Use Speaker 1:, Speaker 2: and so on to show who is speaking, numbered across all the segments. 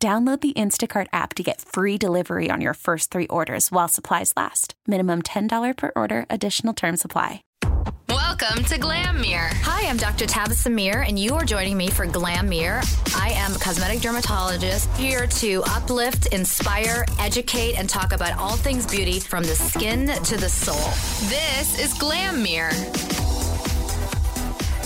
Speaker 1: Download the Instacart app to get free delivery on your first three orders while supplies last. Minimum $10 per order, additional term supply.
Speaker 2: Welcome to Glam Mirror. Hi, I'm Dr. Tabitha Samir, and you are joining me for Glam Mirror. I am a cosmetic dermatologist here to uplift, inspire, educate, and talk about all things beauty from the skin to the soul. This is Glam Mirror.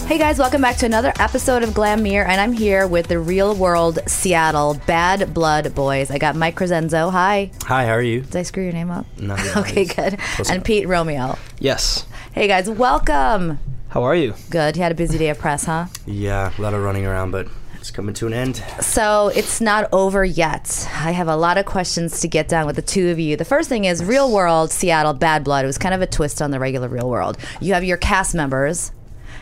Speaker 3: Hey guys, welcome back to another episode of Glam Mirror, and I'm here with the real world Seattle Bad Blood Boys. I got Mike Crescenzo. Hi.
Speaker 4: Hi, how are you?
Speaker 3: Did I screw your name up?
Speaker 4: No, no,
Speaker 3: okay,
Speaker 4: it's
Speaker 3: good.
Speaker 4: close
Speaker 3: And
Speaker 4: enough.
Speaker 3: Pete Romeo.
Speaker 4: Yes.
Speaker 3: Hey guys, welcome.
Speaker 4: How are you?
Speaker 3: Good. You had a busy day of press, huh?
Speaker 4: Yeah, a lot of running around, but it's coming to an end.
Speaker 3: So it's not over yet. I have a lot of questions to get down with the two of you. The first thing is real world Seattle Bad Blood. It was kind of a twist on the regular real world. You have your cast members.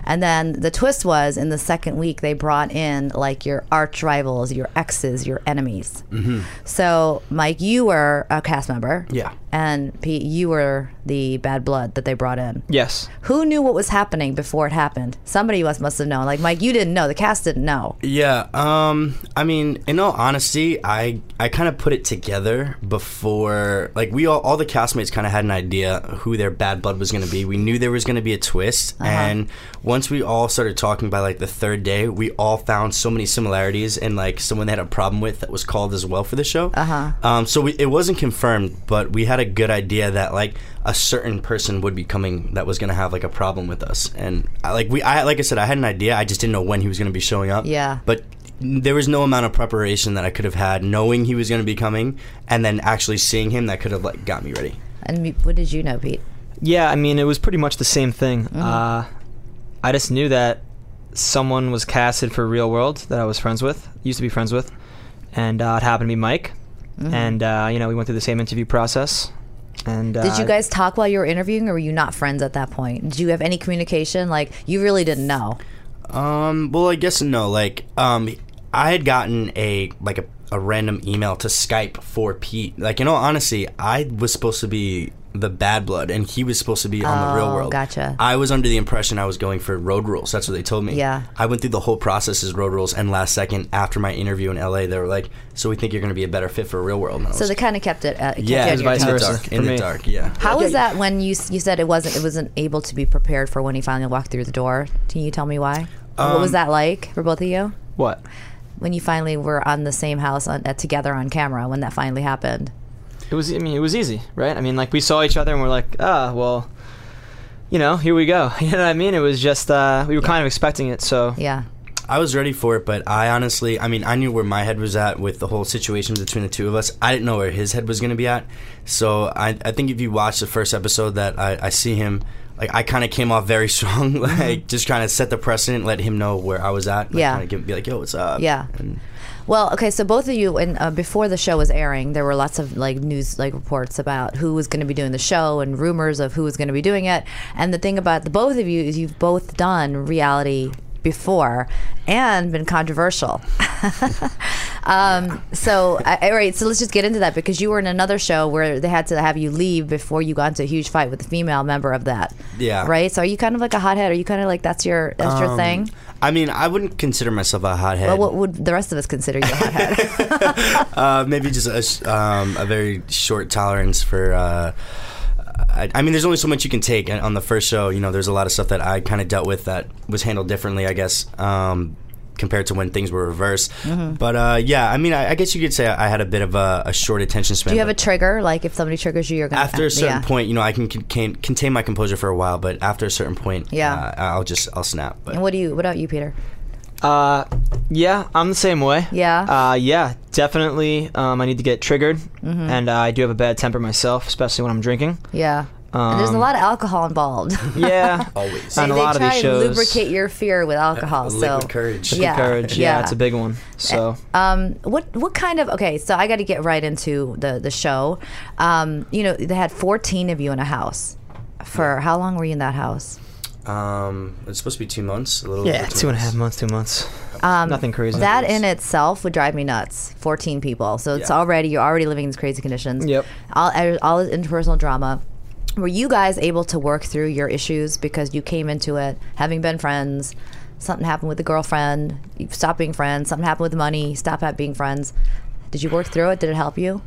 Speaker 3: And then the twist was in the second week, they brought in like your arch rivals, your exes, your enemies. So, Mike, you were a cast member.
Speaker 4: Yeah.
Speaker 3: And Pete, you were the bad blood that they brought in.
Speaker 5: Yes.
Speaker 3: Who knew what was happening before it happened? Somebody must, must have known. Like, Mike, you didn't know. The cast didn't know.
Speaker 4: Yeah, um, I mean, in all honesty, I I kind of put it together before, like we all, all the castmates kind of had an idea who their bad blood was going to be. We knew there was going to be a twist, and once we all started talking by like the third day, we all found so many similarities and like someone they had a problem with that was called as well for the show. Uh huh. Um, so we, it wasn't confirmed, but we had a good idea that like a certain person would be coming that was going to have like a problem with us, and I, like we, I like I said, I had an idea, I just didn't know when he was going to be showing up.
Speaker 3: Yeah.
Speaker 4: But there was no amount of preparation that I could have had knowing he was going to be coming and then actually seeing him that could have like got me ready.
Speaker 3: And me- what did you know, Pete?
Speaker 5: Yeah, I mean, it was pretty much the same thing. Uh, I just knew that someone was casted for Real World that I was friends with, used to be friends with, and uh, it happened to be Mike.
Speaker 3: Mm-hmm.
Speaker 5: And, uh, you know, we went through the same interview process. And uh,
Speaker 3: Did you guys talk while you were interviewing, or were you not friends at that point? Did you have any communication? Like, you really didn't know.
Speaker 4: Um well I guess no like um I had gotten a like a, a random email to Skype for Pete. Like you know honestly I was supposed to be the bad blood and he was supposed to be on the real
Speaker 3: Oh,
Speaker 4: world.
Speaker 3: gotcha.
Speaker 4: I was under the impression I was going for road rules. That's what they told me.
Speaker 3: Yeah.
Speaker 4: I went through the whole process as road rules and last second after my interview in LA they were like so we think you're going to be a better fit for real world. And I
Speaker 3: So
Speaker 4: was
Speaker 3: they kind of kept it. Uh, kept you
Speaker 4: Yeah, it
Speaker 3: on
Speaker 4: was
Speaker 3: your
Speaker 5: vice
Speaker 4: in
Speaker 3: toes.
Speaker 4: the
Speaker 5: versa
Speaker 4: dark.
Speaker 5: for
Speaker 4: In the
Speaker 5: me.
Speaker 4: dark, yeah.
Speaker 3: How was that when you s- you said it wasn't it wasn't able to be prepared for when he finally walked through the door? Can you tell me why? what was that like for both of you
Speaker 5: what?
Speaker 3: when you finally were on the same house on, uh, together on camera when that finally happened?
Speaker 5: It was, I mean, it was easy, right? I mean, like, we saw each other and we're like, ah, well, you know, here we go. You know what I mean? It was just, uh, we were kind of expecting it, so.
Speaker 3: Yeah,
Speaker 4: I was ready for it, but I honestly, I mean, I knew where my head was at with the whole situation between the two of us. I didn't know where his head was going to be at. So I, I think if you watch the first episode that I, I see him, like, I kind of came off very strong, like, just kind of set the precedent, let him know where I was at. Like,
Speaker 3: Yeah.
Speaker 4: Kinda give, be like, yo, what's up?
Speaker 3: Yeah.
Speaker 4: And
Speaker 3: Well, okay, so both of you, and uh, before the show was airing, there were lots of like news, like reports about who was going to be doing the show and rumors of who was going to be doing it. And the thing about the both of you is you've both done reality before and been controversial. um, so, I, all right, so let's just get into that because you were in another show where they had to have you leave before you got into a huge fight with a female member of that.
Speaker 4: Yeah.
Speaker 3: Right. So, are you kind of like a hothead? Are you kind of like that's your that's your thing?
Speaker 4: I mean, I wouldn't consider myself a hothead.
Speaker 3: But what would the rest of us consider you a hothead?
Speaker 4: Uh, maybe just a, sh- um, a very short tolerance for. Uh, I, I mean, there's only so much you can take. And on the first show, you know, there's a lot of stuff that I kind of dealt with that was handled differently, I guess, um, compared to when things were reversed. But uh, yeah, I mean, I, I guess you could say I had a bit of a, a short attention span.
Speaker 3: Do you have a
Speaker 4: but
Speaker 3: trigger? Like if somebody triggers you, you're gonna
Speaker 4: after a certain
Speaker 3: yeah.
Speaker 4: point, you know, I can, con- can contain my composure for a while, but after a certain point,
Speaker 3: Yeah.
Speaker 4: uh, I'll just I'll snap. But
Speaker 3: And what do you? What about you, Peter?
Speaker 5: Uh, yeah, I'm the same way.
Speaker 3: Yeah.
Speaker 5: Uh, yeah,
Speaker 3: Mm-hmm.
Speaker 5: definitely. Um, I need to get triggered, and uh, I do have a bad temper myself, especially when I'm drinking.
Speaker 3: Yeah.
Speaker 5: Um,
Speaker 3: There's a lot of alcohol involved.
Speaker 5: Yeah,
Speaker 4: Always.
Speaker 5: On
Speaker 3: they
Speaker 5: a lot of
Speaker 3: try
Speaker 5: these shows,
Speaker 3: and lubricate your fear with alcohol. so
Speaker 4: Uh, Liquid courage.
Speaker 5: yeah, courage. Yeah, it's a big one. So
Speaker 3: Um, what what kind of okay? So I got to get right into the the show. Um, you know, they had 14 of you in a house. For how long were you in that house?
Speaker 4: Um, it's supposed to be two months. A little
Speaker 5: yeah,
Speaker 4: over
Speaker 5: two and a half months, two months. Nothing crazy.
Speaker 3: Um, That in itself would drive me nuts. 14 people. So it's
Speaker 4: Yeah.
Speaker 3: already you're already living in these crazy conditions.
Speaker 5: Yep.
Speaker 3: All er, all this interpersonal drama. Were you guys able to work through your issues because you came into it having been friends? Something happened with the girlfriend. You stopped being friends. Something happened with the money. Stop at being friends. Did you work through it? Did it help you?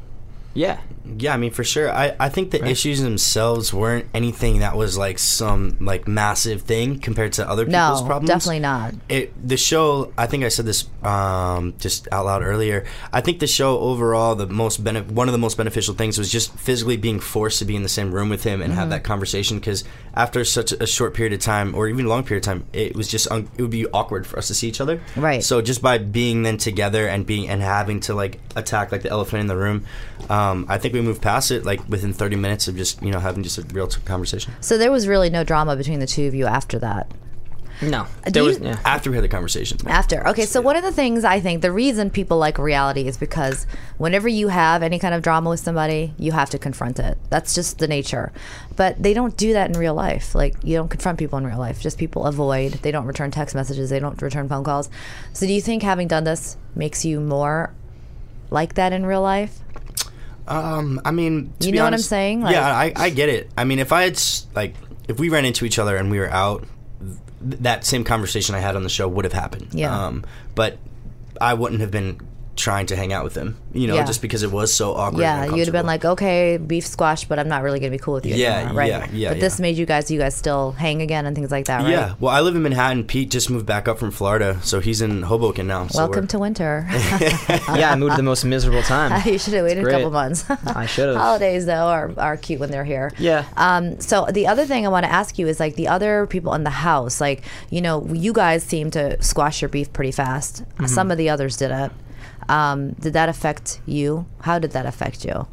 Speaker 5: Yeah,
Speaker 4: Yeah, I mean for sure. I, I think the issues themselves weren't anything that was like some like massive thing compared to other people's
Speaker 3: No,
Speaker 4: problems.
Speaker 3: definitely not.
Speaker 4: It the show. I think I said this um, just out loud earlier. I think the show overall, the most benef- one of the most beneficial things was just physically being forced to be in the same room with him and
Speaker 3: Mm-hmm.
Speaker 4: have that conversation. Because after such a short period of time, or even a long period of time, it was just un- it would be awkward for us to see each other.
Speaker 3: Right.
Speaker 4: So just by being then together and being and having to like attack like the elephant in the room, um, I think we moved past it like within 30 minutes of just you know having just a real t- conversation.
Speaker 3: So there was really no drama between the two of you after that.
Speaker 5: no,
Speaker 3: Uh, do
Speaker 5: there
Speaker 3: you-
Speaker 5: was yeah.
Speaker 4: After we had the conversation.
Speaker 3: After. Okay, so one of the things I think the reason people like reality is because whenever you have any kind of drama with somebody, you have to confront it. That's just the nature. But they don't do that in real life. Like you don't confront people in real life. Just people avoid. They don't return text messages, they don't return phone calls. So do you think having done this makes you more like that in real life?
Speaker 4: Um, I mean, to
Speaker 3: You
Speaker 4: be
Speaker 3: know what I'm
Speaker 4: honest-
Speaker 3: saying? Like-
Speaker 4: yeah, I, I get it. I mean, if I had s- like if we ran into each other and we were out, th- that same conversation I had on the show would have happened.
Speaker 3: Yeah.
Speaker 4: Um, but I wouldn't have been trying to hang out with them. You know,
Speaker 3: Yeah.
Speaker 4: just because it was so awkward. and
Speaker 3: Yeah, you'd have been
Speaker 4: uncomfortable.
Speaker 3: like, okay, beef squash, but I'm not really gonna be cool with you
Speaker 4: Yeah,
Speaker 3: anymore, right?
Speaker 4: yeah, yeah,
Speaker 3: but this
Speaker 4: yeah.
Speaker 3: made you guys, you guys still hang again and things like that, right?
Speaker 4: Yeah, well, I live in Manhattan. Pete just moved back up from Florida, so he's in Hoboken now. So
Speaker 3: Welcome
Speaker 4: we're-
Speaker 3: to winter.
Speaker 5: yeah, I moved to the most miserable time.
Speaker 3: you should have waited a
Speaker 5: great.
Speaker 3: couple months.
Speaker 5: I should have.
Speaker 3: Holidays though are, are cute when they're here.
Speaker 5: Yeah.
Speaker 3: Um, so the other thing I want to ask you is like the other people in the house, like you know, you guys seem to squash your beef pretty fast.
Speaker 5: Mm-hmm.
Speaker 3: Some of the others didn't. Um, did that affect you? How did that affect you?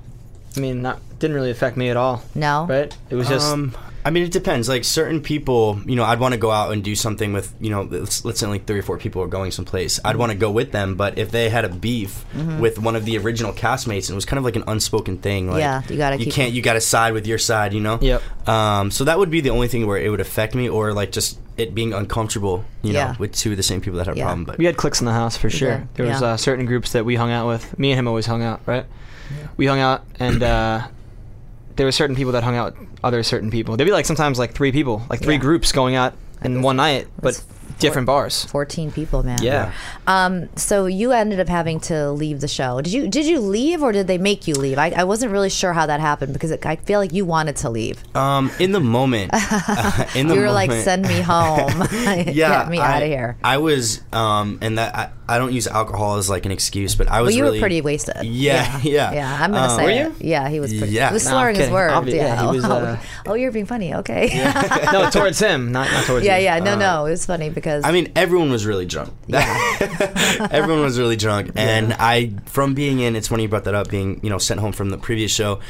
Speaker 5: I mean, not didn't really affect me at all.
Speaker 3: No?
Speaker 5: right? It was just
Speaker 4: Um, I mean, it depends. Like certain people, you know, I'd want to go out and do something with, you know, let's, let's say like three or four people are going someplace. I'd want to go with them, but if they had a beef
Speaker 3: Mm-hmm.
Speaker 4: with one of the original castmates, and it was kind of like an unspoken thing. Like,
Speaker 3: Yeah, you gotta
Speaker 4: you
Speaker 3: keep-
Speaker 4: can't, you gotta side with your side, you know.
Speaker 5: Yep.
Speaker 4: Um, so that would be the only thing where it would affect me, or like just it being uncomfortable, you
Speaker 3: Yeah.
Speaker 4: know, with two of the same people that had
Speaker 3: Yeah.
Speaker 4: a problem. But
Speaker 5: we had cliques in the house for sure.
Speaker 3: did,
Speaker 5: There was
Speaker 3: yeah.
Speaker 5: uh, certain groups that we hung out with. Me and him always hung out, right? We hung out, and uh, there were certain people that hung out with other certain people. There'd be like sometimes like three people, like three
Speaker 3: Yeah.
Speaker 5: groups going out in one night, but different bars.
Speaker 3: Fourteen people, man.
Speaker 5: yeah.
Speaker 3: Um, so you ended up having to leave the show. Did you did you leave or did they make you leave? I, I wasn't really sure how that happened because it, I feel like you wanted to leave.
Speaker 5: Oh,
Speaker 4: um, in the moment, in the
Speaker 3: you were like,
Speaker 4: moment-
Speaker 3: send me home. Get me
Speaker 4: I,
Speaker 3: out of here.
Speaker 4: I was, um, and that I, I don't use alcohol as like an excuse, but I was.
Speaker 3: Well, you
Speaker 4: really,
Speaker 3: were pretty wasted.
Speaker 4: Yeah, yeah,
Speaker 3: Yeah, I'm gonna
Speaker 4: Um,
Speaker 3: say.
Speaker 5: Were
Speaker 3: it. Yeah, he was. Pretty,
Speaker 4: Yeah.
Speaker 3: he was
Speaker 4: No,
Speaker 5: I'm
Speaker 3: slurring his
Speaker 5: kidding.
Speaker 3: words.
Speaker 5: Obvi-
Speaker 3: yeah.
Speaker 5: yeah, he was,
Speaker 3: oh,
Speaker 5: uh,
Speaker 3: oh, you're being funny. Okay. Yeah,
Speaker 5: no, towards him, not, not towards Uh,
Speaker 3: yeah,
Speaker 5: you.
Speaker 3: No, no, it was funny because
Speaker 4: Um, I mean, everyone was really drunk. everyone was really drunk, and I, from being in, it's funny you brought that up. Being, you know, sent home from the previous show,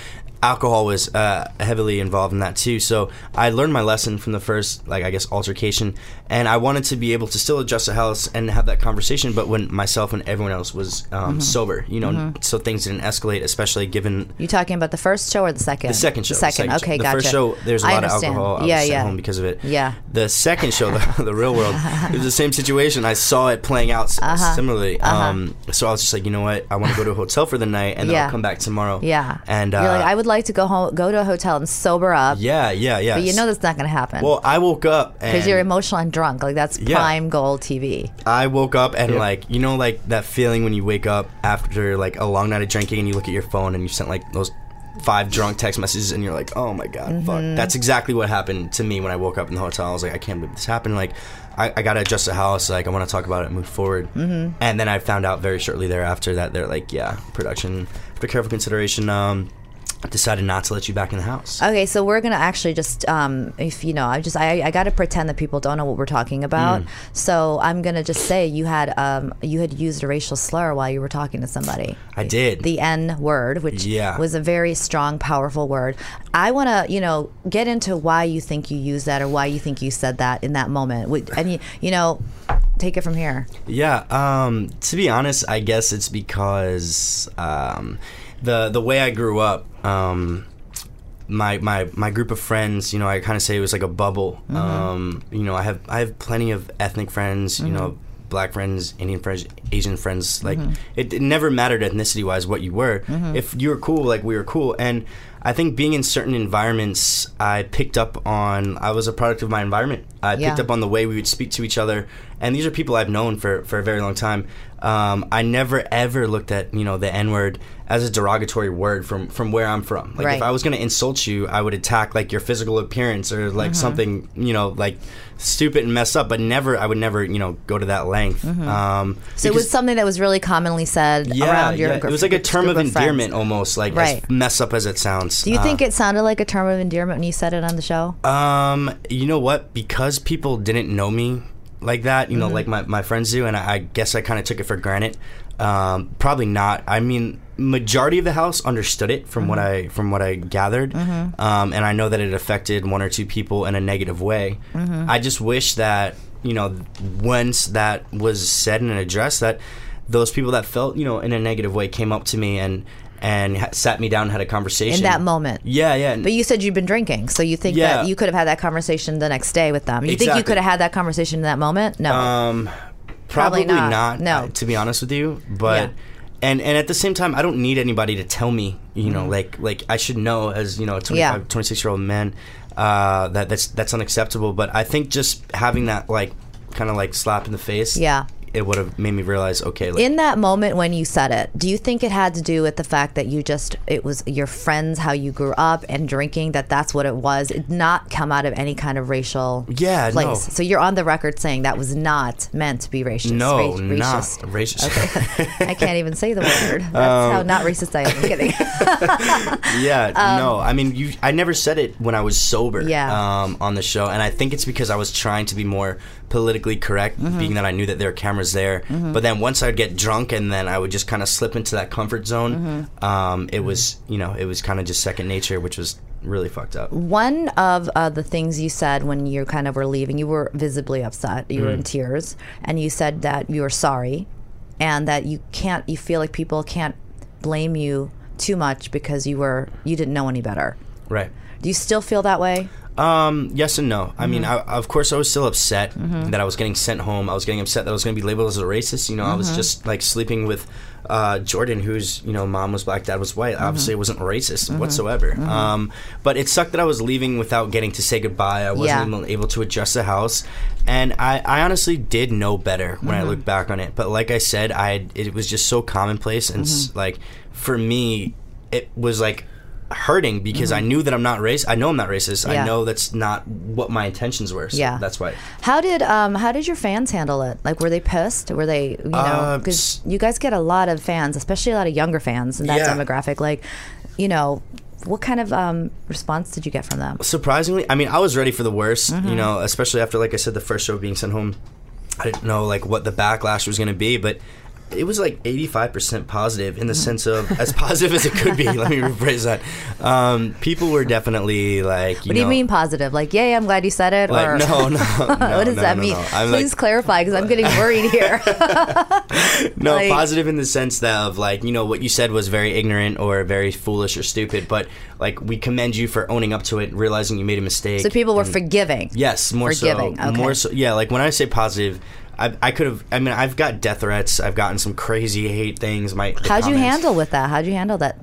Speaker 4: alcohol was uh, heavily involved in that too. So I learned my lesson from the first, like I guess, altercation, and I wanted to be able to still adjust the house and have that conversation, but when myself and everyone else was um,
Speaker 3: Mm-hmm.
Speaker 4: sober, you know, so things didn't escalate, especially given
Speaker 3: you talking about the first show or the second?
Speaker 4: The second show.
Speaker 3: The second. okay,
Speaker 4: the
Speaker 3: gotcha.
Speaker 4: first show, there's a
Speaker 3: I
Speaker 4: lot of
Speaker 3: understand.
Speaker 4: alcohol. I
Speaker 3: yeah,
Speaker 4: was sent
Speaker 3: yeah.
Speaker 4: home because of it.
Speaker 3: Yeah.
Speaker 4: The second show, the, the real world, it was the same situation. I saw it playing out s-
Speaker 3: Uh-huh.
Speaker 4: similarly. Um, so I was just like, you know what? I want to go to a hotel for the night, and then
Speaker 3: Yeah.
Speaker 4: I'll come back tomorrow.
Speaker 3: yeah.
Speaker 4: And uh,
Speaker 3: you're like, I would like to go home, go to a hotel and sober up.
Speaker 4: yeah, yeah, yeah.
Speaker 3: But you know that's not gonna happen.
Speaker 4: Well, I woke up and
Speaker 3: because you're emotional and drunk. Like that's
Speaker 4: Yeah.
Speaker 3: prime goal TV.
Speaker 4: I woke up and like you know like that feeling when you wake up after like a long night of drinking and you look at your phone and you sent like those five drunk text messages and you're like oh my god fuck that's exactly what happened to me when I woke up in the hotel I was like I can't believe this happened like I, I gotta adjust the house like I want to talk about it and move forward mm-hmm. and then I found out very shortly thereafter that they're like yeah production after careful consideration um decided not to let you back in the house.
Speaker 3: Okay, so we're gonna actually just, um, if you know, I just, I, I gotta pretend that people don't know what we're talking
Speaker 4: Mm.
Speaker 3: about. So I'm gonna just say you had, um, you had used a racial slur while you were talking to somebody.
Speaker 4: I did.
Speaker 3: The N word, which
Speaker 4: Yeah.
Speaker 3: was a very strong, powerful word. I wanna, you know, get into why you think you used that or why you think you said that in that moment. Would- And you, you know, take it from here.
Speaker 4: Yeah. Um, to be honest, I guess it's because um, the the way I grew up, um, my my my group of friends, you know, I kind of say it was like a bubble.
Speaker 3: Mm-hmm.
Speaker 4: Um, you know, I have I have plenty of ethnic friends. You know.
Speaker 3: Mm-hmm.
Speaker 4: Black friends, Indian friends, Asian friends, like it, it never mattered ethnicity wise what you were.
Speaker 3: Mm-hmm.
Speaker 4: If you were cool, like we were cool. And I think being in certain environments, I picked up on, I was a product of my environment. I
Speaker 3: Yeah.
Speaker 4: picked up on the way we would speak to each other and these are people i've known for, for a very long time um, i never ever looked at you know the n-word as a derogatory word from from where i'm from like
Speaker 3: Right.
Speaker 4: if i was going to insult you i would attack like your physical appearance or like
Speaker 3: Mm-hmm.
Speaker 4: something you know like stupid and messed up but never i would never you know go to that length um,
Speaker 3: Mm-hmm. So it
Speaker 4: because-
Speaker 3: was something that was really commonly said
Speaker 4: yeah,
Speaker 3: around your
Speaker 4: yeah.
Speaker 3: group.
Speaker 4: it was like a term
Speaker 3: group
Speaker 4: of
Speaker 3: friends.
Speaker 4: endearment almost like
Speaker 3: Right.
Speaker 4: as messed up as it sounds
Speaker 3: Do you
Speaker 4: Uh,
Speaker 3: think it sounded like a term of endearment when you said it on the show?
Speaker 4: Um, you know what? Because people didn't know me like that, you
Speaker 3: Mm-hmm.
Speaker 4: know, like my, my friends do, and I, I guess I kind of took it for granted. Um, probably not. I mean, majority of the house understood it from what
Speaker 3: Mm-hmm.
Speaker 4: I from what I gathered, um, and I know that it affected one or two people in a negative way.
Speaker 3: Mm-hmm.
Speaker 4: I just wish that you know once that was said and addressed, that those people that felt you know in a negative way came up to me and and ha- sat me down and had a conversation
Speaker 3: In that moment.
Speaker 4: Yeah, yeah.
Speaker 3: But you said you've been drinking, so you think
Speaker 4: Yeah.
Speaker 3: that you could have had that conversation the next day with them. You think you
Speaker 4: Exactly.
Speaker 3: could have had that conversation in that moment? No.
Speaker 4: Um,
Speaker 3: Probably
Speaker 4: Probably,
Speaker 3: not.
Speaker 4: not.
Speaker 3: No.
Speaker 4: uh, to be honest with you, but
Speaker 3: Yeah.
Speaker 4: and and at the same time, I don't need anybody to tell me. You know, like like I should know as you know, a 25,
Speaker 3: Mm-hmm. Yeah.
Speaker 4: 26 year old man uh, that that's that's unacceptable. But I think just having that like kind of like slap in the face,
Speaker 3: Yeah.
Speaker 4: it would have made me realize, okay, like,
Speaker 3: in that moment when you said it, do you think it had to do with the fact that you just it was your friends, how you grew up, and drinking that that's what it was? It did not come out of any kind of racial
Speaker 4: Yeah, no.
Speaker 3: place. So you're on the record saying that was not meant to be racist. ra-
Speaker 4: no, not
Speaker 3: racist.
Speaker 4: racist.
Speaker 3: I can't even say the word. That's
Speaker 4: Um,
Speaker 3: how not racist I am. I'm kidding.
Speaker 4: yeah, no. I mean, you. I never said it when I was sober.
Speaker 3: Yeah.
Speaker 4: Um, on the show, and I think it's because I was trying to be more politically correct, being that I knew that there were cameras there. But then once I'd get drunk, and then I would just kind of slip into that comfort zone. Um, it was, you know, it was kind of just second nature, which was really fucked up.
Speaker 3: One of uh, the things you said when you kind of were leaving, you were visibly upset. You
Speaker 4: Mm.
Speaker 3: were in tears, and you said that you were sorry, and that you can't. You feel like people can't blame you too much because you were you didn't know any better.
Speaker 4: Right.
Speaker 3: Do you still feel that way?
Speaker 4: Um, yes and no. I mean, I, of course, I was still upset that I was getting sent home. I was getting upset that I was going to be labeled as a racist. You know, I was just like sleeping with uh, Jordan, whose you know mom was black, dad was white. Obviously, it wasn't racist whatsoever. Um, but it sucked that I was leaving without getting to say goodbye. I wasn't
Speaker 3: Yeah.
Speaker 4: even able to adjust the house, and I, I honestly did know better when
Speaker 3: Mm-hmm.
Speaker 4: I look back on it. But like I said, I had- it was just so commonplace and
Speaker 3: Mm-hmm.
Speaker 4: s like for me, it was like hurting because I knew that I'm not racist. I know I'm not racist.
Speaker 3: Mm-hmm. Yeah.
Speaker 4: I know that's not what my intentions were. So
Speaker 3: Yeah.
Speaker 4: that's why.
Speaker 3: How did um how did your fans handle it? Like were they pissed? Were they you know
Speaker 4: Uh,
Speaker 3: because
Speaker 4: s-
Speaker 3: you guys get a lot of fans, especially a lot of younger fans in that
Speaker 4: Yeah.
Speaker 3: demographic. Like, you know, what kind of um response did you get from them?
Speaker 4: Surprisingly, I mean, I was ready for the worst.
Speaker 3: Mm-hmm.
Speaker 4: You know, especially after like I said, the first show being sent home. I didn't know like what the backlash was going to be, but. It was like 85% positive
Speaker 3: Mm.
Speaker 4: in the sense of as positive as it could be. Let me rephrase that. Um, people were definitely like, you
Speaker 3: What do you
Speaker 4: know-
Speaker 3: mean positive? Like, yay, I'm glad you said it. or
Speaker 4: Like, no, no, no,
Speaker 3: what does
Speaker 4: no,
Speaker 3: that
Speaker 4: no,
Speaker 3: mean?
Speaker 4: no. I'm like-
Speaker 3: Please clarify, because I'm getting worried here.
Speaker 4: No,
Speaker 3: Like-
Speaker 4: positive in the sense that of like, you know, what you said was very ignorant or very foolish or stupid, but like we commend you for owning up to it, realizing you made a mistake.
Speaker 3: so people were forgiving.
Speaker 4: yes, more
Speaker 3: forgiving,
Speaker 4: so.
Speaker 3: okay.
Speaker 4: More so yeah, like when I say positive, I, I could have I mean, I've got death threats, I've gotten some crazy hate things, my the
Speaker 3: How'd you
Speaker 4: comments. Um,
Speaker 3: handle with that? How'd you handle that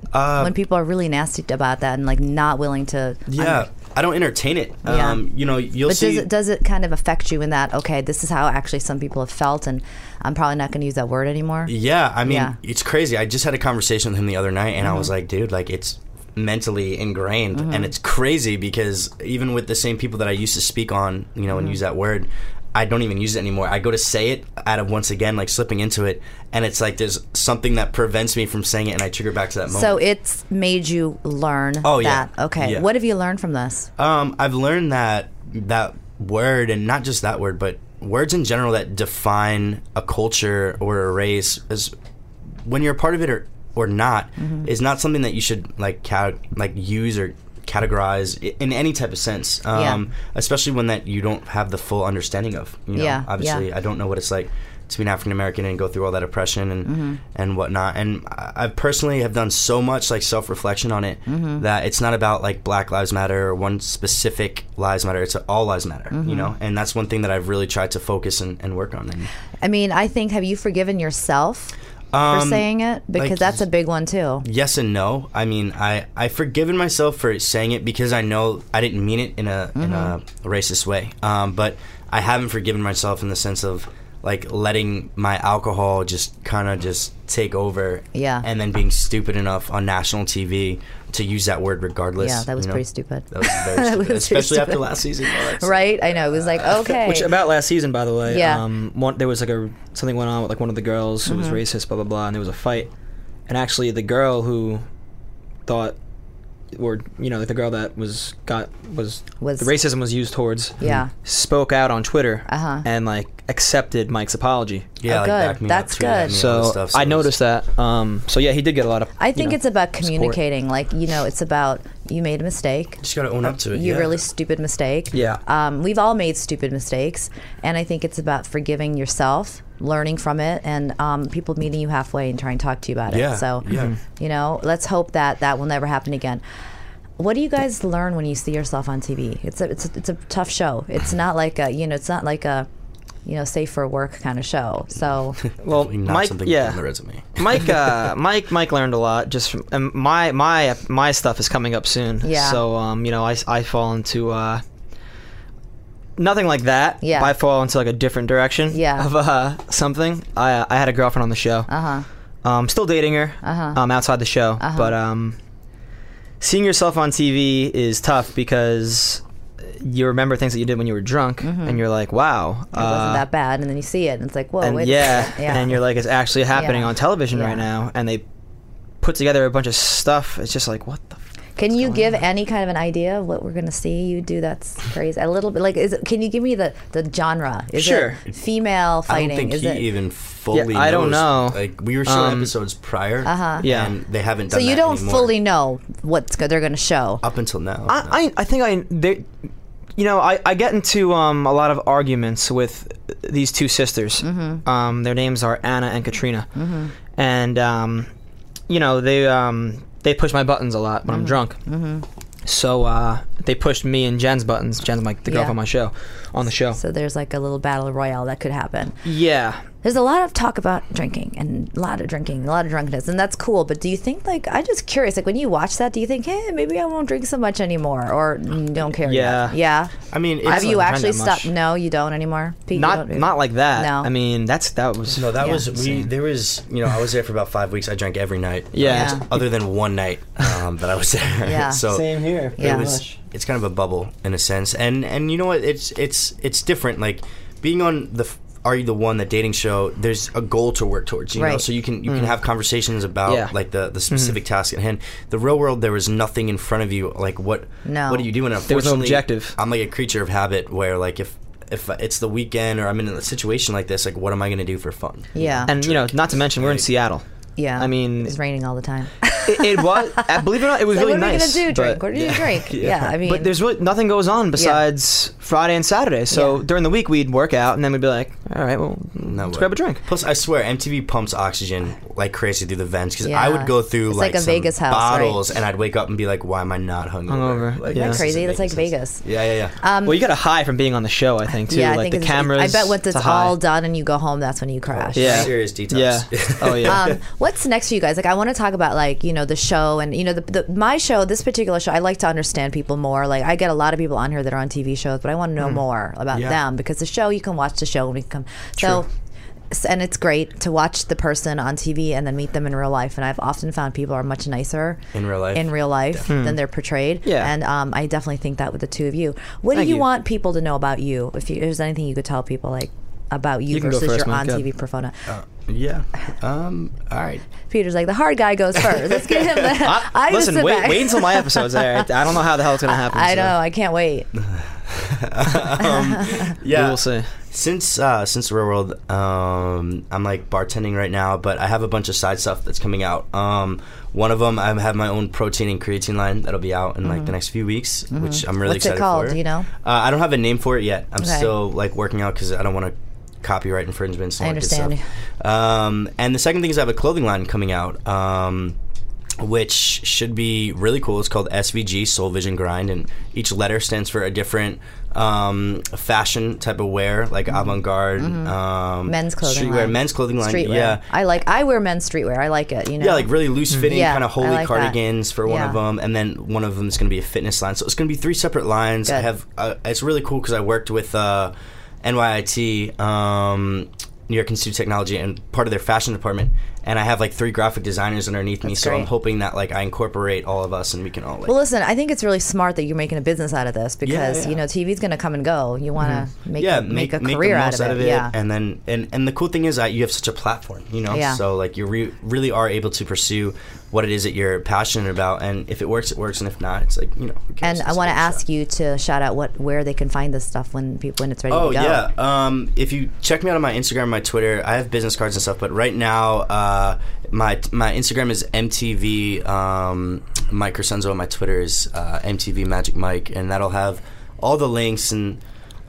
Speaker 3: when people are really nasty about that and like not willing to?
Speaker 4: Yeah. I don't entertain it.
Speaker 3: Yeah.
Speaker 4: Um, you know, you'll
Speaker 3: But
Speaker 4: see
Speaker 3: does it, does it kind of affect you in that? Okay, this is how actually some people have felt, and I'm probably not going to use that word anymore.
Speaker 4: Yeah, I mean,
Speaker 3: Yeah. Mm-hmm.
Speaker 4: it's crazy. I just had a conversation with him the other night, and I was like, dude, like it's mentally ingrained,
Speaker 3: Mm-hmm.
Speaker 4: and it's crazy because even with the same people that I used to speak on, you know, and use that word. I don't even use it anymore. I go to say it out of once again, like slipping into it, and it's like there's something that prevents me from saying it, and I trigger back to that moment.
Speaker 3: So it's made you learn
Speaker 4: Oh, yeah.
Speaker 3: that. Okay.
Speaker 4: Yeah.
Speaker 3: What have you learned from this?
Speaker 4: Um, I've learned that that word, and not just that word, but words in general that define a culture or a race is when you're a part of it or or not is not something that you should like ca- like use or categorize i- in any type of sense.
Speaker 3: Yeah.
Speaker 4: Um, especially when that you don't have the full understanding of. You know,
Speaker 3: Yeah,
Speaker 4: obviously,
Speaker 3: yeah.
Speaker 4: I don't know what it's like to be an African American and go through all that oppression and
Speaker 3: Mm-hmm.
Speaker 4: and whatnot. And I I personally have done so much like self reflection on it
Speaker 3: Mm-hmm.
Speaker 4: that it's not about like Black Lives Matter or one specific lives matter. It's all lives matter.
Speaker 3: Mm-hmm.
Speaker 4: You know, and that's one thing that I've really tried to focus and, and work on. And,
Speaker 3: I mean, I think have you forgiven yourself for
Speaker 4: um,
Speaker 3: saying it because
Speaker 4: like-
Speaker 3: that's a big one too.
Speaker 4: yes and no. I mean, I I forgiven myself for saying it because I know I didn't mean it in a in a
Speaker 3: Mm-hmm.
Speaker 4: racist way. Um, but I haven't forgiven myself in the sense of like letting my alcohol just kind of just take over.
Speaker 3: Yeah.
Speaker 4: And then being stupid enough on national TV to use that word regardless.
Speaker 3: Yeah, that was
Speaker 4: you know?
Speaker 3: pretty stupid.
Speaker 4: That was very
Speaker 3: was
Speaker 4: stupid, especially
Speaker 3: pretty
Speaker 4: after
Speaker 3: stupid.
Speaker 4: last season. all that stuff.
Speaker 3: Right? I know. It was like, okay.
Speaker 5: Which about last season, by the way,
Speaker 3: Yeah. Mm-hmm.
Speaker 5: um, one, there was like a something went on with like one of the girls who was racist, blah blah blah, and there was a fight. And actually, the girl who thought, or you know, like the girl that was got was,
Speaker 3: Was-
Speaker 5: the racism was used towards,
Speaker 3: Yeah.
Speaker 5: spoke out on Twitter
Speaker 3: Uh-huh.
Speaker 5: and like accepted Mike's apology.
Speaker 4: Yeah,
Speaker 3: Oh,
Speaker 4: like
Speaker 3: good.
Speaker 4: back me
Speaker 3: That's
Speaker 4: up, tweeted
Speaker 3: good.
Speaker 4: at me, all
Speaker 5: So,
Speaker 4: this stuff, so
Speaker 5: I
Speaker 4: it was-
Speaker 5: noticed that. Um, so yeah, he did get a lot of.
Speaker 3: I
Speaker 5: you
Speaker 3: think
Speaker 5: know,
Speaker 3: it's about communicating. Like, you know, it's about you made a mistake.
Speaker 4: Just gotta own up to it.
Speaker 3: You
Speaker 4: yeah.
Speaker 3: really stupid mistake.
Speaker 5: Yeah.
Speaker 3: Um, we've all made stupid mistakes, and I think it's about forgiving yourself, learning from it, and um, people meeting you halfway and trying to talk to you about it.
Speaker 4: Yeah,
Speaker 3: So,
Speaker 4: yeah. Mhm.
Speaker 3: you know, let's hope that that will never happen again. What do you guys learn when you see yourself on TV? It's a it's a, it's a tough show. It's not like a you know it's not like a you know safe for work kind of show. So
Speaker 5: well,
Speaker 4: Definitely not
Speaker 5: Mike,
Speaker 4: something
Speaker 5: yeah,
Speaker 4: on the resume.
Speaker 5: Mike, uh, Mike, Mike learned a lot. Just from, and my my my stuff is coming up soon.
Speaker 3: Yeah.
Speaker 5: So um, you know, I, I fall into uh, nothing like that.
Speaker 3: Yeah.
Speaker 5: But I fall into like a different direction.
Speaker 3: Yeah.
Speaker 5: Of uh, something. I I had a girlfriend on the show.
Speaker 3: uh huh.
Speaker 5: Um, still dating her.
Speaker 3: Uh-huh.
Speaker 5: Um, outside the show, but um, seeing yourself on TV is tough because you remember things that you did when you were drunk, and you're like, wow,
Speaker 3: Mm-hmm.
Speaker 5: uh,
Speaker 3: It
Speaker 4: Uh,
Speaker 3: wasn't that bad, and then you see it, and it's like, whoa, wait
Speaker 5: and
Speaker 3: a
Speaker 5: yeah,
Speaker 3: second. yeah,
Speaker 5: and you're like, it's actually happening
Speaker 3: Yeah.
Speaker 5: on television
Speaker 3: Yeah.
Speaker 5: right now, and they put together a bunch of stuff. It's just like, what the. F-
Speaker 3: Can you give any kind of an idea of what we're gonna see you do? That's crazy. A little bit, like, is it, can you give me the the genre? Is
Speaker 5: Sure.
Speaker 3: it female
Speaker 4: I
Speaker 3: fighting?
Speaker 4: don't think
Speaker 3: is
Speaker 4: he
Speaker 3: it?
Speaker 4: even fully.
Speaker 5: Yeah, I don't
Speaker 4: knows.
Speaker 5: know.
Speaker 4: Like we were showing episodes prior, uh-huh.
Speaker 5: Yeah.
Speaker 4: and they haven't
Speaker 3: Um, so
Speaker 4: done.
Speaker 3: you
Speaker 4: that
Speaker 3: don't
Speaker 4: anymore
Speaker 3: fully know what's go- they're gonna show.
Speaker 4: up until now. no.
Speaker 5: I, I I think I they, you know, I, I get into um, a lot of arguments with these two sisters. Um, their names are Anna and Katrina, and um, you know they um, they push my buttons a lot when I'm drunk. So uh, they pushed me and Jen's buttons. Jen's like the girl
Speaker 3: Yeah.
Speaker 5: from my show, on the show.
Speaker 3: So there's like a little battle royale that could happen.
Speaker 5: yeah,
Speaker 3: There's a lot of talk about drinking and a lot of drinking, a lot of drunkenness, and that's cool. But do you think like I'm just curious, like when you watch that, do you think, hey, maybe I won't drink so much anymore, or mm, don't care?
Speaker 5: Yeah.
Speaker 3: yet? yeah.
Speaker 4: I mean, it's
Speaker 3: Have you
Speaker 5: not drinking
Speaker 3: actually
Speaker 5: that
Speaker 3: stopped?
Speaker 5: much.
Speaker 3: No, you don't anymore. Pete, you
Speaker 5: not
Speaker 3: don't-
Speaker 5: not like that.
Speaker 3: No.
Speaker 5: I mean that's that was
Speaker 4: No, that
Speaker 3: Yeah.
Speaker 4: was we. There was you know I was there for about five weeks. I drank every night.
Speaker 5: Yeah.
Speaker 4: Um, other than one night um, that I was there.
Speaker 3: Yeah.
Speaker 4: so
Speaker 5: here.
Speaker 3: Yeah.
Speaker 4: it was it's kind of a bubble in a sense and and you know what it's it's it's different like being on the f- are you the one that dating show there's a goal to work towards you know
Speaker 3: Right.
Speaker 4: so you can you can have conversations about
Speaker 5: Yeah.
Speaker 4: like the the specific task at hand the real world there was nothing in front of you like what
Speaker 3: No.
Speaker 4: what are you doing And
Speaker 5: There was no
Speaker 4: unfortunately,
Speaker 5: objective.
Speaker 4: i'm like a creature of habit where like if if it's the weekend or i'm in a situation like this like what am i going to do for fun
Speaker 3: Yeah.
Speaker 5: And you know, not to mention we're in Seattle.
Speaker 3: yeah.
Speaker 5: I mean-
Speaker 3: it's raining all the time.
Speaker 5: It, it was, I- believe it or not, it was
Speaker 3: Like,
Speaker 5: really
Speaker 3: what are we
Speaker 5: nice.
Speaker 3: gonna do?
Speaker 5: but-
Speaker 3: Drink? What do you drink? Yeah. I mean,
Speaker 5: But there's really nothing goes on besides Friday and Saturday. So
Speaker 3: Yeah.
Speaker 5: during the week we'd work out, and then we'd be like, "All right, well,
Speaker 4: No
Speaker 5: let's
Speaker 4: way.
Speaker 5: grab a drink."
Speaker 4: Plus, I swear, MTV pumps oxygen like crazy through the vents because I
Speaker 3: Yeah.
Speaker 4: would go through
Speaker 3: It's
Speaker 4: like,
Speaker 3: like a
Speaker 4: some
Speaker 3: Vegas house, right?
Speaker 4: bottles, and I'd wake up and be like, "Why am I not hungover?"
Speaker 5: Hungover,
Speaker 4: Like,
Speaker 5: yeah.
Speaker 4: this
Speaker 5: Isn't
Speaker 3: crazy.
Speaker 4: doesn't
Speaker 3: That's
Speaker 4: make
Speaker 3: like
Speaker 4: sense.
Speaker 3: Vegas. Um,
Speaker 4: Yeah, yeah, yeah.
Speaker 5: well, you got a high from being on the show, I think, too.
Speaker 3: yeah,
Speaker 5: like
Speaker 3: I think
Speaker 5: the
Speaker 3: it's-
Speaker 5: cameras.
Speaker 3: I bet once it's
Speaker 5: a high.
Speaker 3: all done and you go home, that's when you crash.
Speaker 5: Yeah.
Speaker 4: Serious detox.
Speaker 5: Yeah. Oh yeah.
Speaker 3: Um, what's next for you guys? Like, I want to talk about like you know the show and you know the, the my show. This particular show, I like to understand people more. Like, I get a lot of people on here
Speaker 5: Hmm.
Speaker 3: that are on TV shows, but I want to know more about
Speaker 4: Yeah.
Speaker 3: them because the show you can watch the show when we come. So, s- and it's great to watch the person on TV and then meet them in real life. And I've often found people are much nicer
Speaker 4: In real life.
Speaker 3: in real life than they're portrayed.
Speaker 5: Yeah.
Speaker 3: And um, I definitely think that with the two of you. What
Speaker 5: Thank
Speaker 3: do you,
Speaker 5: you.
Speaker 3: want people to know about you? If, you, if there's anything you could tell people, like about you,
Speaker 5: You can go
Speaker 3: versus your
Speaker 5: first, Mike,
Speaker 3: on
Speaker 5: yeah.
Speaker 3: TV persona.
Speaker 4: Yeah. Um. All right.
Speaker 3: Peter's like the hard guy goes first. Let's give him the. I, just
Speaker 5: Listen,
Speaker 3: sit
Speaker 5: wait,
Speaker 3: back.
Speaker 5: wait until my episode's there. I don't know how the hell it's gonna happen.
Speaker 3: I
Speaker 5: so
Speaker 3: know. I can't wait.
Speaker 4: Yeah.
Speaker 5: We will see.
Speaker 4: Since uh, since Real World, um, I'm like bartending right now, but I have a bunch of side stuff that's coming out. Um, one of them, I have my own protein and creatine line that'll be out in like the next few weeks, which I'm
Speaker 3: Mm-hmm.
Speaker 4: really
Speaker 3: What's it
Speaker 4: excited
Speaker 3: called,
Speaker 4: for.
Speaker 3: do you know?
Speaker 4: Uh, I don't have a name for it yet. I'm
Speaker 3: Okay.
Speaker 4: still like working out because I don't want to copyright infringements. And
Speaker 3: I
Speaker 4: all that good stuff.
Speaker 3: understand.
Speaker 4: Um, and the second thing is I have a clothing line coming out. Um, which should be really cool. It's called SVG Soul Vision Grind, and each letter stands for a different um, fashion type of wear, like avant-garde, um,
Speaker 3: Mm-hmm. Men's clothing
Speaker 4: streetwear,
Speaker 3: line.
Speaker 4: men's clothing line,
Speaker 3: Streetwear.
Speaker 4: yeah.
Speaker 3: I like. I wear men's streetwear. I like it. You know.
Speaker 4: Yeah, like really loose fitting,
Speaker 3: Yeah,
Speaker 4: kind
Speaker 3: I
Speaker 4: of holy
Speaker 3: like that.
Speaker 4: cardigans for one
Speaker 3: Yeah.
Speaker 4: of them, and then one of them is going to be a fitness line. So it's going to be three separate lines. I
Speaker 3: Good.
Speaker 4: have uh, it's really cool because I worked with uh, NYIT, um, New York Institute of Technology, and part of their fashion department, and I have like three graphic designers underneath me. So I'm
Speaker 3: great.
Speaker 4: hoping that like I incorporate all of us and we can all like
Speaker 3: Well, listen, I think it's really smart that you're making a business out of this because
Speaker 4: yeah. Mm-hmm.
Speaker 3: you know TV's going to come and go. You want to make
Speaker 4: yeah
Speaker 3: make, a
Speaker 4: the
Speaker 3: career out,
Speaker 4: most
Speaker 3: of it. Yeah.
Speaker 4: and then and and the cool thing is that you have such a platform you know
Speaker 3: Yeah.
Speaker 4: so like you re- really are able to pursue what it is that you're passionate about and if it works it works and if not it's like you know who cares?
Speaker 3: and I
Speaker 4: It's
Speaker 3: want to
Speaker 4: good
Speaker 3: ask
Speaker 4: stuff.
Speaker 3: you to shout out what where they can find this stuff when people when it's ready
Speaker 4: Oh
Speaker 3: to go.
Speaker 4: yeah. Um, if you check me out on my Instagram, my Twitter, I have business cards and stuff. But right now, uh, my my Instagram is MTV um, Mike Crescenzo, and my Twitter is uh, MTV Magic Mike, and that'll have all the links and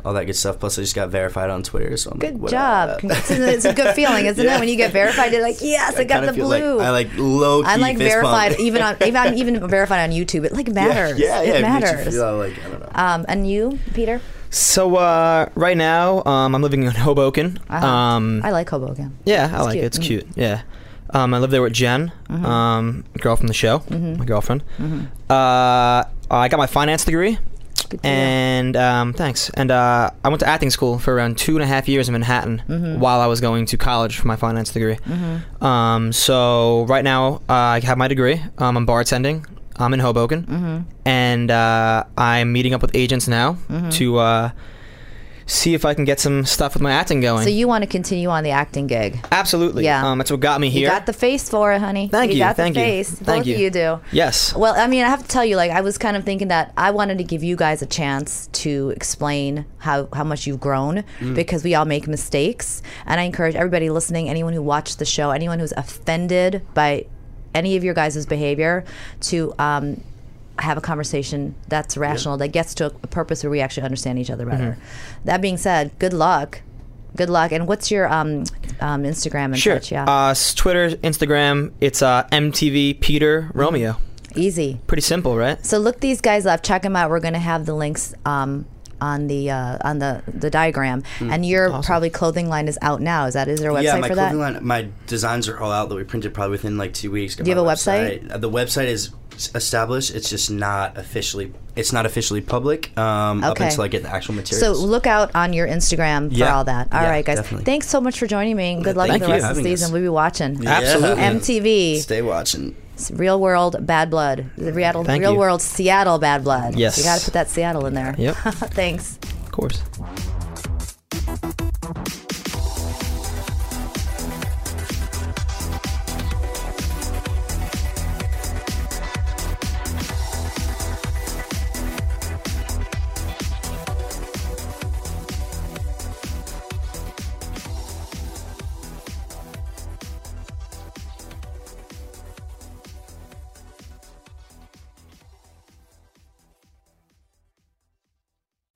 Speaker 4: all that good stuff. Plus, I just got verified on Twitter, so I'm like,
Speaker 3: Good
Speaker 4: what
Speaker 3: job.
Speaker 4: up?
Speaker 3: Congrats. it's a good feeling, isn't it?
Speaker 4: Yeah.
Speaker 3: When you get verified, you're like, yes, I, got
Speaker 4: kinda
Speaker 3: the
Speaker 4: feel
Speaker 3: blue.
Speaker 4: Like, I like low key.
Speaker 3: I'm like
Speaker 4: fist pump.
Speaker 3: verified even on even I'm even verified on YouTube. It like matters.
Speaker 4: Yeah, yeah,
Speaker 3: it
Speaker 4: makes you
Speaker 3: matters.
Speaker 4: feel like, I don't know.
Speaker 3: Um, and you, Peter,
Speaker 5: So uh, right now, um, I'm living in Hoboken.
Speaker 3: Uh-huh.
Speaker 5: Um,
Speaker 3: I like Hoboken.
Speaker 5: yeah, I like
Speaker 3: cute. Mm-hmm.
Speaker 5: it. It's cute. Yeah. Um, I live there with Jen, um, girl from the show, my girlfriend. Uh, I got my finance degree,
Speaker 3: Good for you.
Speaker 5: and um, thanks. And uh, I went to acting school for around two and a half years in Manhattan
Speaker 3: Mm-hmm.
Speaker 5: while I was going to college for my finance degree. Um, so right now uh, I have my degree. Um, I'm bartending. I'm in Hoboken,
Speaker 3: Mm-hmm.
Speaker 5: and uh, I'm meeting up with agents now
Speaker 3: Mm-hmm.
Speaker 5: to uh, see if I can get some stuff with my acting going.
Speaker 3: So you want to continue on the acting gig?
Speaker 5: Absolutely.
Speaker 3: Yeah.
Speaker 5: Um, that's what got me here.
Speaker 3: You got the face for it, honey.
Speaker 5: Thank you,
Speaker 3: got
Speaker 5: thank
Speaker 3: the
Speaker 5: you,
Speaker 3: face.
Speaker 5: thank
Speaker 3: Both
Speaker 5: you.
Speaker 3: of you do.
Speaker 5: yes.
Speaker 3: Well, I mean, I have to tell you, like, I was kind of thinking that I wanted to give you guys a chance to explain how, how much you've grown
Speaker 5: Mm.
Speaker 3: because we all make mistakes. And I encourage everybody listening, anyone who watched the show, anyone who's offended by any of your guys' behavior, to um, have a conversation that's rational, that gets to a, a purpose where we actually understand each other better.
Speaker 5: Mm-hmm.
Speaker 3: That being said, good luck. Good luck. And what's your um, um, Instagram and
Speaker 5: Sure.
Speaker 3: such? Yeah.
Speaker 5: Uh, s- Twitter, Instagram. It's uh, MTV Peter Romeo.
Speaker 3: Easy.
Speaker 5: Pretty simple, right?
Speaker 3: So look these guys up. Check them out. We're going to have the links um, on the uh, on the the diagram. and your probably clothing line is out now. Is that is there a website
Speaker 4: Hmm. yeah, my
Speaker 3: for that?
Speaker 4: clothing line, my designs are all out that we printed probably within like two weeks. Do
Speaker 3: you have a
Speaker 4: Uh, The website is s- established. It's just not officially. It's not officially public um, up
Speaker 3: Okay.
Speaker 4: until I get the actual
Speaker 3: So
Speaker 4: materials.
Speaker 3: look out on your Instagram for
Speaker 4: Yeah.
Speaker 3: all that. All right,
Speaker 4: Yeah,
Speaker 3: guys.
Speaker 4: definitely.
Speaker 3: Thanks so much for joining me. and Good luck
Speaker 4: thank
Speaker 3: for the
Speaker 4: you
Speaker 3: rest
Speaker 4: for
Speaker 3: of the
Speaker 4: having
Speaker 3: season.
Speaker 4: us.
Speaker 3: We'll be watching.
Speaker 4: Yeah.
Speaker 5: Absolutely.
Speaker 3: MTV,
Speaker 4: Stay watching.
Speaker 3: Real World Bad Blood, the Real,
Speaker 5: Thank
Speaker 3: real
Speaker 5: you.
Speaker 3: World Seattle Bad Blood.
Speaker 5: Yes.
Speaker 3: you got to put that Seattle in there.
Speaker 5: Yep.
Speaker 3: Thanks.
Speaker 5: Of course.